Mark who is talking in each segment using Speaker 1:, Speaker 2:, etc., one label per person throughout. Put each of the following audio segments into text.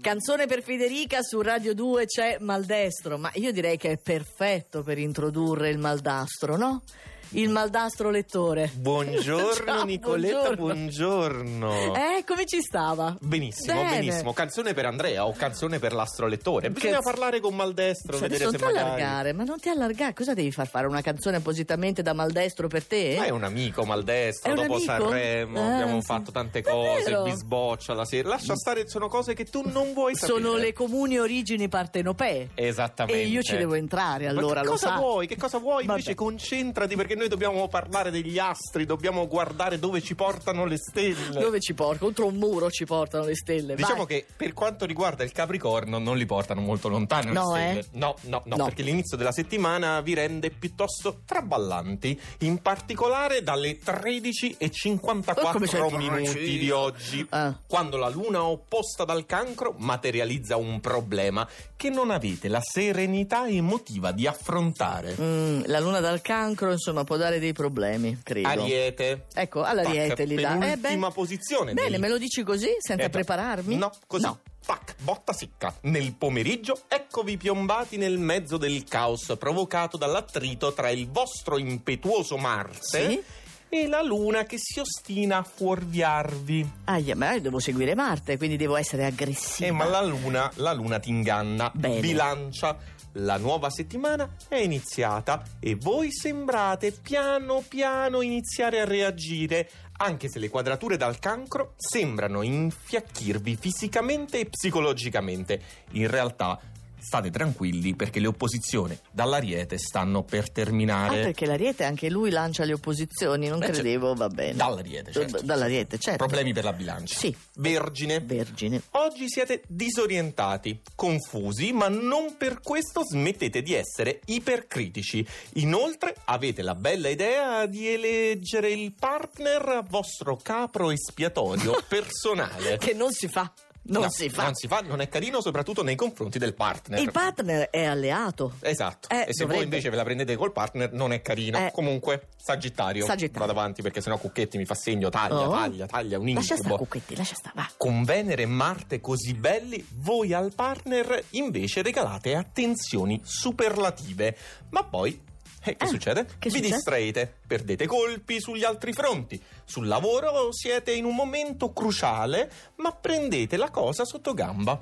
Speaker 1: Canzone per Federica su Radio 2 c'è Maldestro, ma io direi che è perfetto per introdurre il maldastro, no? Il maldastro lettore.
Speaker 2: Buongiorno
Speaker 1: Ciao,
Speaker 2: Nicoletta,
Speaker 1: buongiorno.
Speaker 2: buongiorno.
Speaker 1: Eh, come ci stava?
Speaker 2: Benissimo,
Speaker 1: Bene.
Speaker 2: benissimo. Canzone per Andrea o canzone per l'astrolettore. Bisogna
Speaker 1: Che-
Speaker 2: parlare con Maldestro,
Speaker 1: Cioè, adesso
Speaker 2: vedere
Speaker 1: non
Speaker 2: se
Speaker 1: ti
Speaker 2: magari.
Speaker 1: allargare, ma non ti allargare, cosa devi far fare? Una canzone appositamente da maldestro per te?
Speaker 2: Ma è un amico Maldestro,
Speaker 1: È un
Speaker 2: dopo
Speaker 1: amico?
Speaker 2: Sanremo
Speaker 1: Ah,
Speaker 2: abbiamo
Speaker 1: sì.
Speaker 2: fatto tante cose,
Speaker 1: Davvero?
Speaker 2: bisboccia la sera. Lascia stare, sono cose che tu non vuoi sapere.
Speaker 1: Sono le comuni origini partenopee.
Speaker 2: Esattamente.
Speaker 1: E io ci devo entrare,
Speaker 2: Ma
Speaker 1: allora
Speaker 2: che
Speaker 1: lo
Speaker 2: cosa
Speaker 1: sa.
Speaker 2: vuoi? Che cosa vuoi?
Speaker 1: Vabbè.
Speaker 2: Invece concentrati perché noi dobbiamo parlare degli astri, dobbiamo guardare dove ci portano le stelle.
Speaker 1: Dove ci porta? Contro un muro ci portano le stelle.
Speaker 2: Diciamo
Speaker 1: vai.
Speaker 2: che per quanto riguarda il Capricorno non li portano molto lontano. le
Speaker 1: No,
Speaker 2: stelle.
Speaker 1: eh?
Speaker 2: no, no, no,
Speaker 1: No.
Speaker 2: perché l'inizio della settimana vi rende piuttosto traballanti, in particolare dalle 13.54
Speaker 1: Oh, come sei
Speaker 2: minuti di oggi,
Speaker 1: Ah.
Speaker 2: quando la luna opposta dal cancro materializza un problema che non avete la serenità emotiva di affrontare.
Speaker 1: Mm, la luna dal cancro, insomma, può dare dei problemi, credo.
Speaker 2: Ariete.
Speaker 1: Ecco, alla
Speaker 2: Tac,
Speaker 1: Riete li dà. Eh, beh.
Speaker 2: penultima posizione.
Speaker 1: Bene,
Speaker 2: del-
Speaker 1: me lo dici così, senza
Speaker 2: Eh,
Speaker 1: prepararmi?
Speaker 2: No, così.
Speaker 1: No.
Speaker 2: Tac, botta secca. Nel pomeriggio, eccovi piombati nel mezzo del caos provocato dall'attrito tra il vostro impetuoso Marte
Speaker 1: Sì?
Speaker 2: e la Luna che si ostina a fuorviarvi.
Speaker 1: Ahia, ma io devo seguire Marte, quindi devo essere aggressiva.
Speaker 2: Eh, ma la Luna, la Luna ti inganna,
Speaker 1: Bene.
Speaker 2: vi lancia. La nuova settimana è iniziata e voi sembrate piano piano iniziare a reagire, anche se le quadrature dal cancro sembrano infiacchirvi fisicamente e psicologicamente. In realtà state tranquilli perché le opposizioni dall'Ariete stanno per
Speaker 1: Ah,
Speaker 2: terminare.
Speaker 1: perché l'Ariete anche lui lancia le opposizioni, non
Speaker 2: Beh, certo.
Speaker 1: credevo, va bene.
Speaker 2: Dall'Ariete, certo.
Speaker 1: D- Dall'Ariete, certo.
Speaker 2: Problemi per la bilancia.
Speaker 1: Sì.
Speaker 2: Vergine.
Speaker 1: Vergine.
Speaker 2: Oggi siete disorientati, confusi, ma non per questo smettete di essere ipercritici. Inoltre avete la bella idea di eleggere il partner vostro capro espiatorio personale.
Speaker 1: Che non si fa, non
Speaker 2: No,
Speaker 1: si fa.
Speaker 2: Non si fa, non è carino soprattutto nei confronti del partner.
Speaker 1: Il partner è alleato.
Speaker 2: Esatto,
Speaker 1: Eh,
Speaker 2: e se
Speaker 1: dovrebbe.
Speaker 2: voi invece ve la prendete col partner non è carino.
Speaker 1: Eh.
Speaker 2: Comunque, Sagittario,
Speaker 1: Sagittario.
Speaker 2: vado avanti perché sennò Cucchetti mi fa segno, taglia,
Speaker 1: Oh.
Speaker 2: taglia, taglia, un
Speaker 1: Lascia stare,
Speaker 2: incubo.
Speaker 1: Cucchetti, lascia stare, va.
Speaker 2: Con Venere e Marte così belli, voi al partner invece regalate attenzioni superlative. Ma poi. eh, che
Speaker 1: Eh,
Speaker 2: succede?
Speaker 1: che
Speaker 2: Vi
Speaker 1: succede?
Speaker 2: distraete, perdete colpi sugli altri fronti. Sul lavoro siete in un momento cruciale, ma prendete la cosa sotto gamba.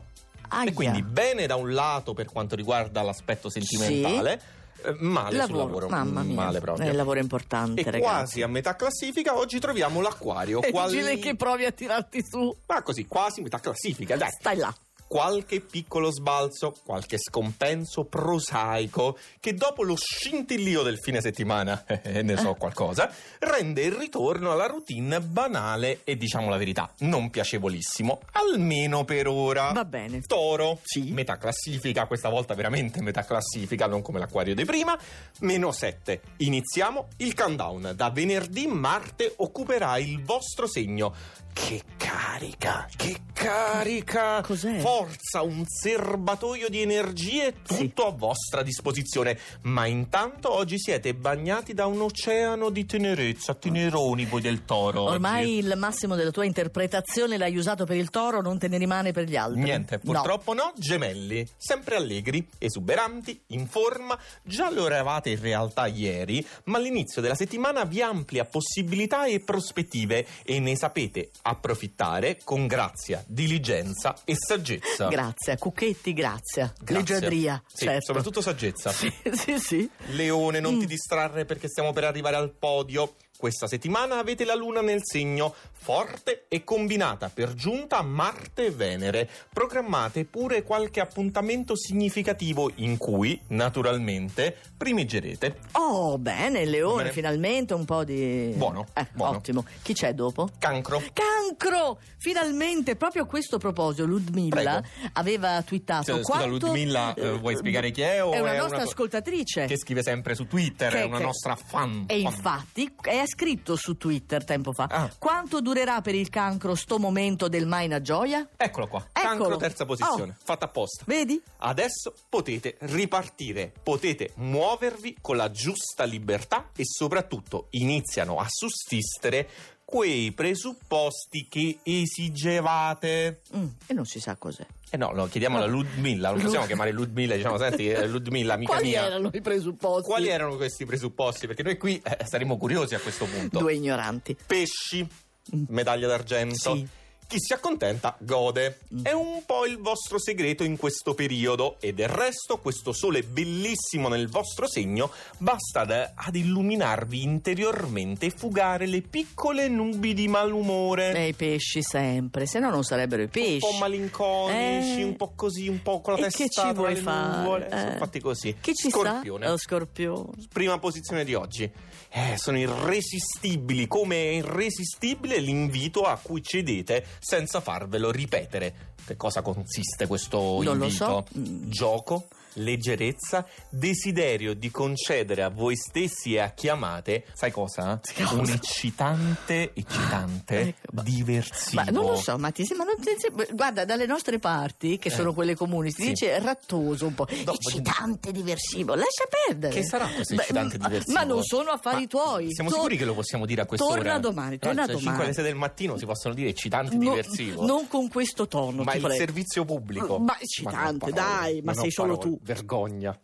Speaker 1: Aia.
Speaker 2: E quindi bene da un lato per quanto riguarda l'aspetto sentimentale, eh, male sul lavoro. Mm,
Speaker 1: Mamma mia,
Speaker 2: Male proprio.
Speaker 1: è il lavoro importante,
Speaker 2: e
Speaker 1: ragazzi.
Speaker 2: quasi a metà classifica oggi troviamo l'acquario.
Speaker 1: È
Speaker 2: Quali-
Speaker 1: vigile che provi a tirarti su.
Speaker 2: ma così, quasi metà classifica, dai.
Speaker 1: Stai là.
Speaker 2: Qualche piccolo sbalzo, qualche scompenso prosaico che dopo lo scintillio del fine settimana, eh, ne so qualcosa, rende il ritorno alla routine banale e diciamo la verità, non piacevolissimo, almeno per ora.
Speaker 1: Va bene.
Speaker 2: Toro,
Speaker 1: Sì.
Speaker 2: metà classifica, questa volta veramente metà classifica, non come l'acquario di prima, meno 7. Iniziamo il countdown. Da venerdì Marte occuperà il vostro segno. Che carica, che carica!
Speaker 1: Cos'è?
Speaker 2: Forza, un serbatoio di energie tutto a vostra disposizione. Ma intanto oggi siete bagnati da un oceano di tenerezza, teneroni voi del toro. oggi.
Speaker 1: Ormai il massimo della tua interpretazione l'hai usato per il toro, non te ne rimane per gli altri.
Speaker 2: Niente, purtroppo no. gemelli, sempre allegri, esuberanti, in forma, già lo eravate in realtà ieri, ma l'inizio della settimana vi amplia possibilità e prospettive e ne sapete approfittare con grazia, diligenza e saggezza.
Speaker 1: No. Grazie, a Cucchetti, grazie.
Speaker 2: Grazie.
Speaker 1: Leggiadria,
Speaker 2: Sì,
Speaker 1: certo.
Speaker 2: soprattutto saggezza.
Speaker 1: Sì, sì, sì.
Speaker 2: Leone, non
Speaker 1: Mm.
Speaker 2: ti distrarre perché stiamo per arrivare al podio. Questa settimana avete la Luna nel segno, forte e combinata per giunta a Marte e Venere. Programmate pure qualche appuntamento significativo in cui, naturalmente, primeggerete.
Speaker 1: Oh, bene, Leone,
Speaker 2: Bene.
Speaker 1: finalmente un po' di...
Speaker 2: Buono,
Speaker 1: Eh,
Speaker 2: buono.
Speaker 1: Ottimo. Chi c'è dopo?
Speaker 2: Cancro.
Speaker 1: Cancro! Finalmente, proprio a questo proposito, Ludmilla
Speaker 2: Prego. Cioè,
Speaker 1: aveva twittato...
Speaker 2: Scusa,
Speaker 1: quanto-
Speaker 2: Ludmilla, eh, vuoi spiegare chi è o
Speaker 1: è una
Speaker 2: è
Speaker 1: nostra
Speaker 2: una-
Speaker 1: ascoltatrice.
Speaker 2: Che scrive sempre su Twitter,
Speaker 1: Che-
Speaker 2: è una
Speaker 1: che-
Speaker 2: nostra fan.
Speaker 1: E
Speaker 2: fan.
Speaker 1: infatti è scritto su Twitter tempo fa.
Speaker 2: Ah.
Speaker 1: Quanto durerà per il cancro sto momento del mai una gioia?
Speaker 2: Eccolo qua,
Speaker 1: Eccolo.
Speaker 2: cancro terza posizione,
Speaker 1: Oh.
Speaker 2: fatta apposta.
Speaker 1: Vedi?
Speaker 2: Adesso potete ripartire, potete muovervi con la giusta libertà e soprattutto iniziano a sussistere quei presupposti che esigevate.
Speaker 1: Mm, e non si sa cos'è.
Speaker 2: Eh no, lo chiediamo alla Ludmilla, non possiamo
Speaker 1: Lu-
Speaker 2: chiamare Ludmilla, diciamo, senti eh, Ludmilla, amica
Speaker 1: Quali
Speaker 2: mia.
Speaker 1: erano i presupposti?
Speaker 2: Quali erano questi presupposti? Perché noi qui eh, saremmo curiosi a questo punto.
Speaker 1: Due ignoranti.
Speaker 2: Pesci,
Speaker 1: Mm.
Speaker 2: medaglia d'argento.
Speaker 1: Sì.
Speaker 2: Chi si accontenta gode.
Speaker 1: Mm.
Speaker 2: È un po' il vostro segreto in questo periodo e del resto questo sole bellissimo nel vostro segno basta ad, ad illuminarvi interiormente e fugare le piccole nubi di malumore.
Speaker 1: E Eh, i pesci sempre, se no non sarebbero i pesci.
Speaker 2: Eh. Un po' malinconici,
Speaker 1: Eh.
Speaker 2: un po' così, un po' con la
Speaker 1: e
Speaker 2: testa
Speaker 1: che ci vuoi
Speaker 2: tra le
Speaker 1: fare?
Speaker 2: nuvole.
Speaker 1: Eh.
Speaker 2: Sono fatti così.
Speaker 1: Che ci
Speaker 2: Scorpione.
Speaker 1: sta? Lo scorpione.
Speaker 2: Prima posizione di oggi. Eh, sono irresistibili, come è irresistibile l'invito a cui cedete senza farvelo ripetere. Che cosa consiste questo
Speaker 1: Non lo so.
Speaker 2: invito?
Speaker 1: Mm.
Speaker 2: Gioco, leggerezza, desiderio di concedere a voi stessi e a chi amate, sai cosa?
Speaker 1: Cosa?
Speaker 2: Un eccitante, eccitante,
Speaker 1: Ecco, ma-
Speaker 2: diversivo.
Speaker 1: Ma non lo so, ma, ti, se- ma non ti- se- guarda, dalle nostre parti, che
Speaker 2: Eh.
Speaker 1: sono quelle comuni, si
Speaker 2: Sì.
Speaker 1: dice rattoso un po',
Speaker 2: No,
Speaker 1: eccitante, diversivo, lascia perdere.
Speaker 2: Che sarà questo
Speaker 1: Eh. Beh,
Speaker 2: eccitante
Speaker 1: ma-
Speaker 2: diversivo?
Speaker 1: Ma non sono affari
Speaker 2: Ma
Speaker 1: tuoi.
Speaker 2: Siamo
Speaker 1: To-
Speaker 2: sicuri che lo possiamo dire a quest'ora?
Speaker 1: Torna domani, torna
Speaker 2: Dalle
Speaker 1: domani.
Speaker 2: 5 alle 6 del mattino si possono dire eccitante
Speaker 1: No,
Speaker 2: diversivo.
Speaker 1: Non con questo tono,
Speaker 2: ma
Speaker 1: ti
Speaker 2: il
Speaker 1: prego.
Speaker 2: servizio pubblico.
Speaker 1: Ma eccitante,
Speaker 2: non ho parole,
Speaker 1: dai, ma
Speaker 2: non ho
Speaker 1: sei solo
Speaker 2: parole.
Speaker 1: tu.
Speaker 2: Vergogna.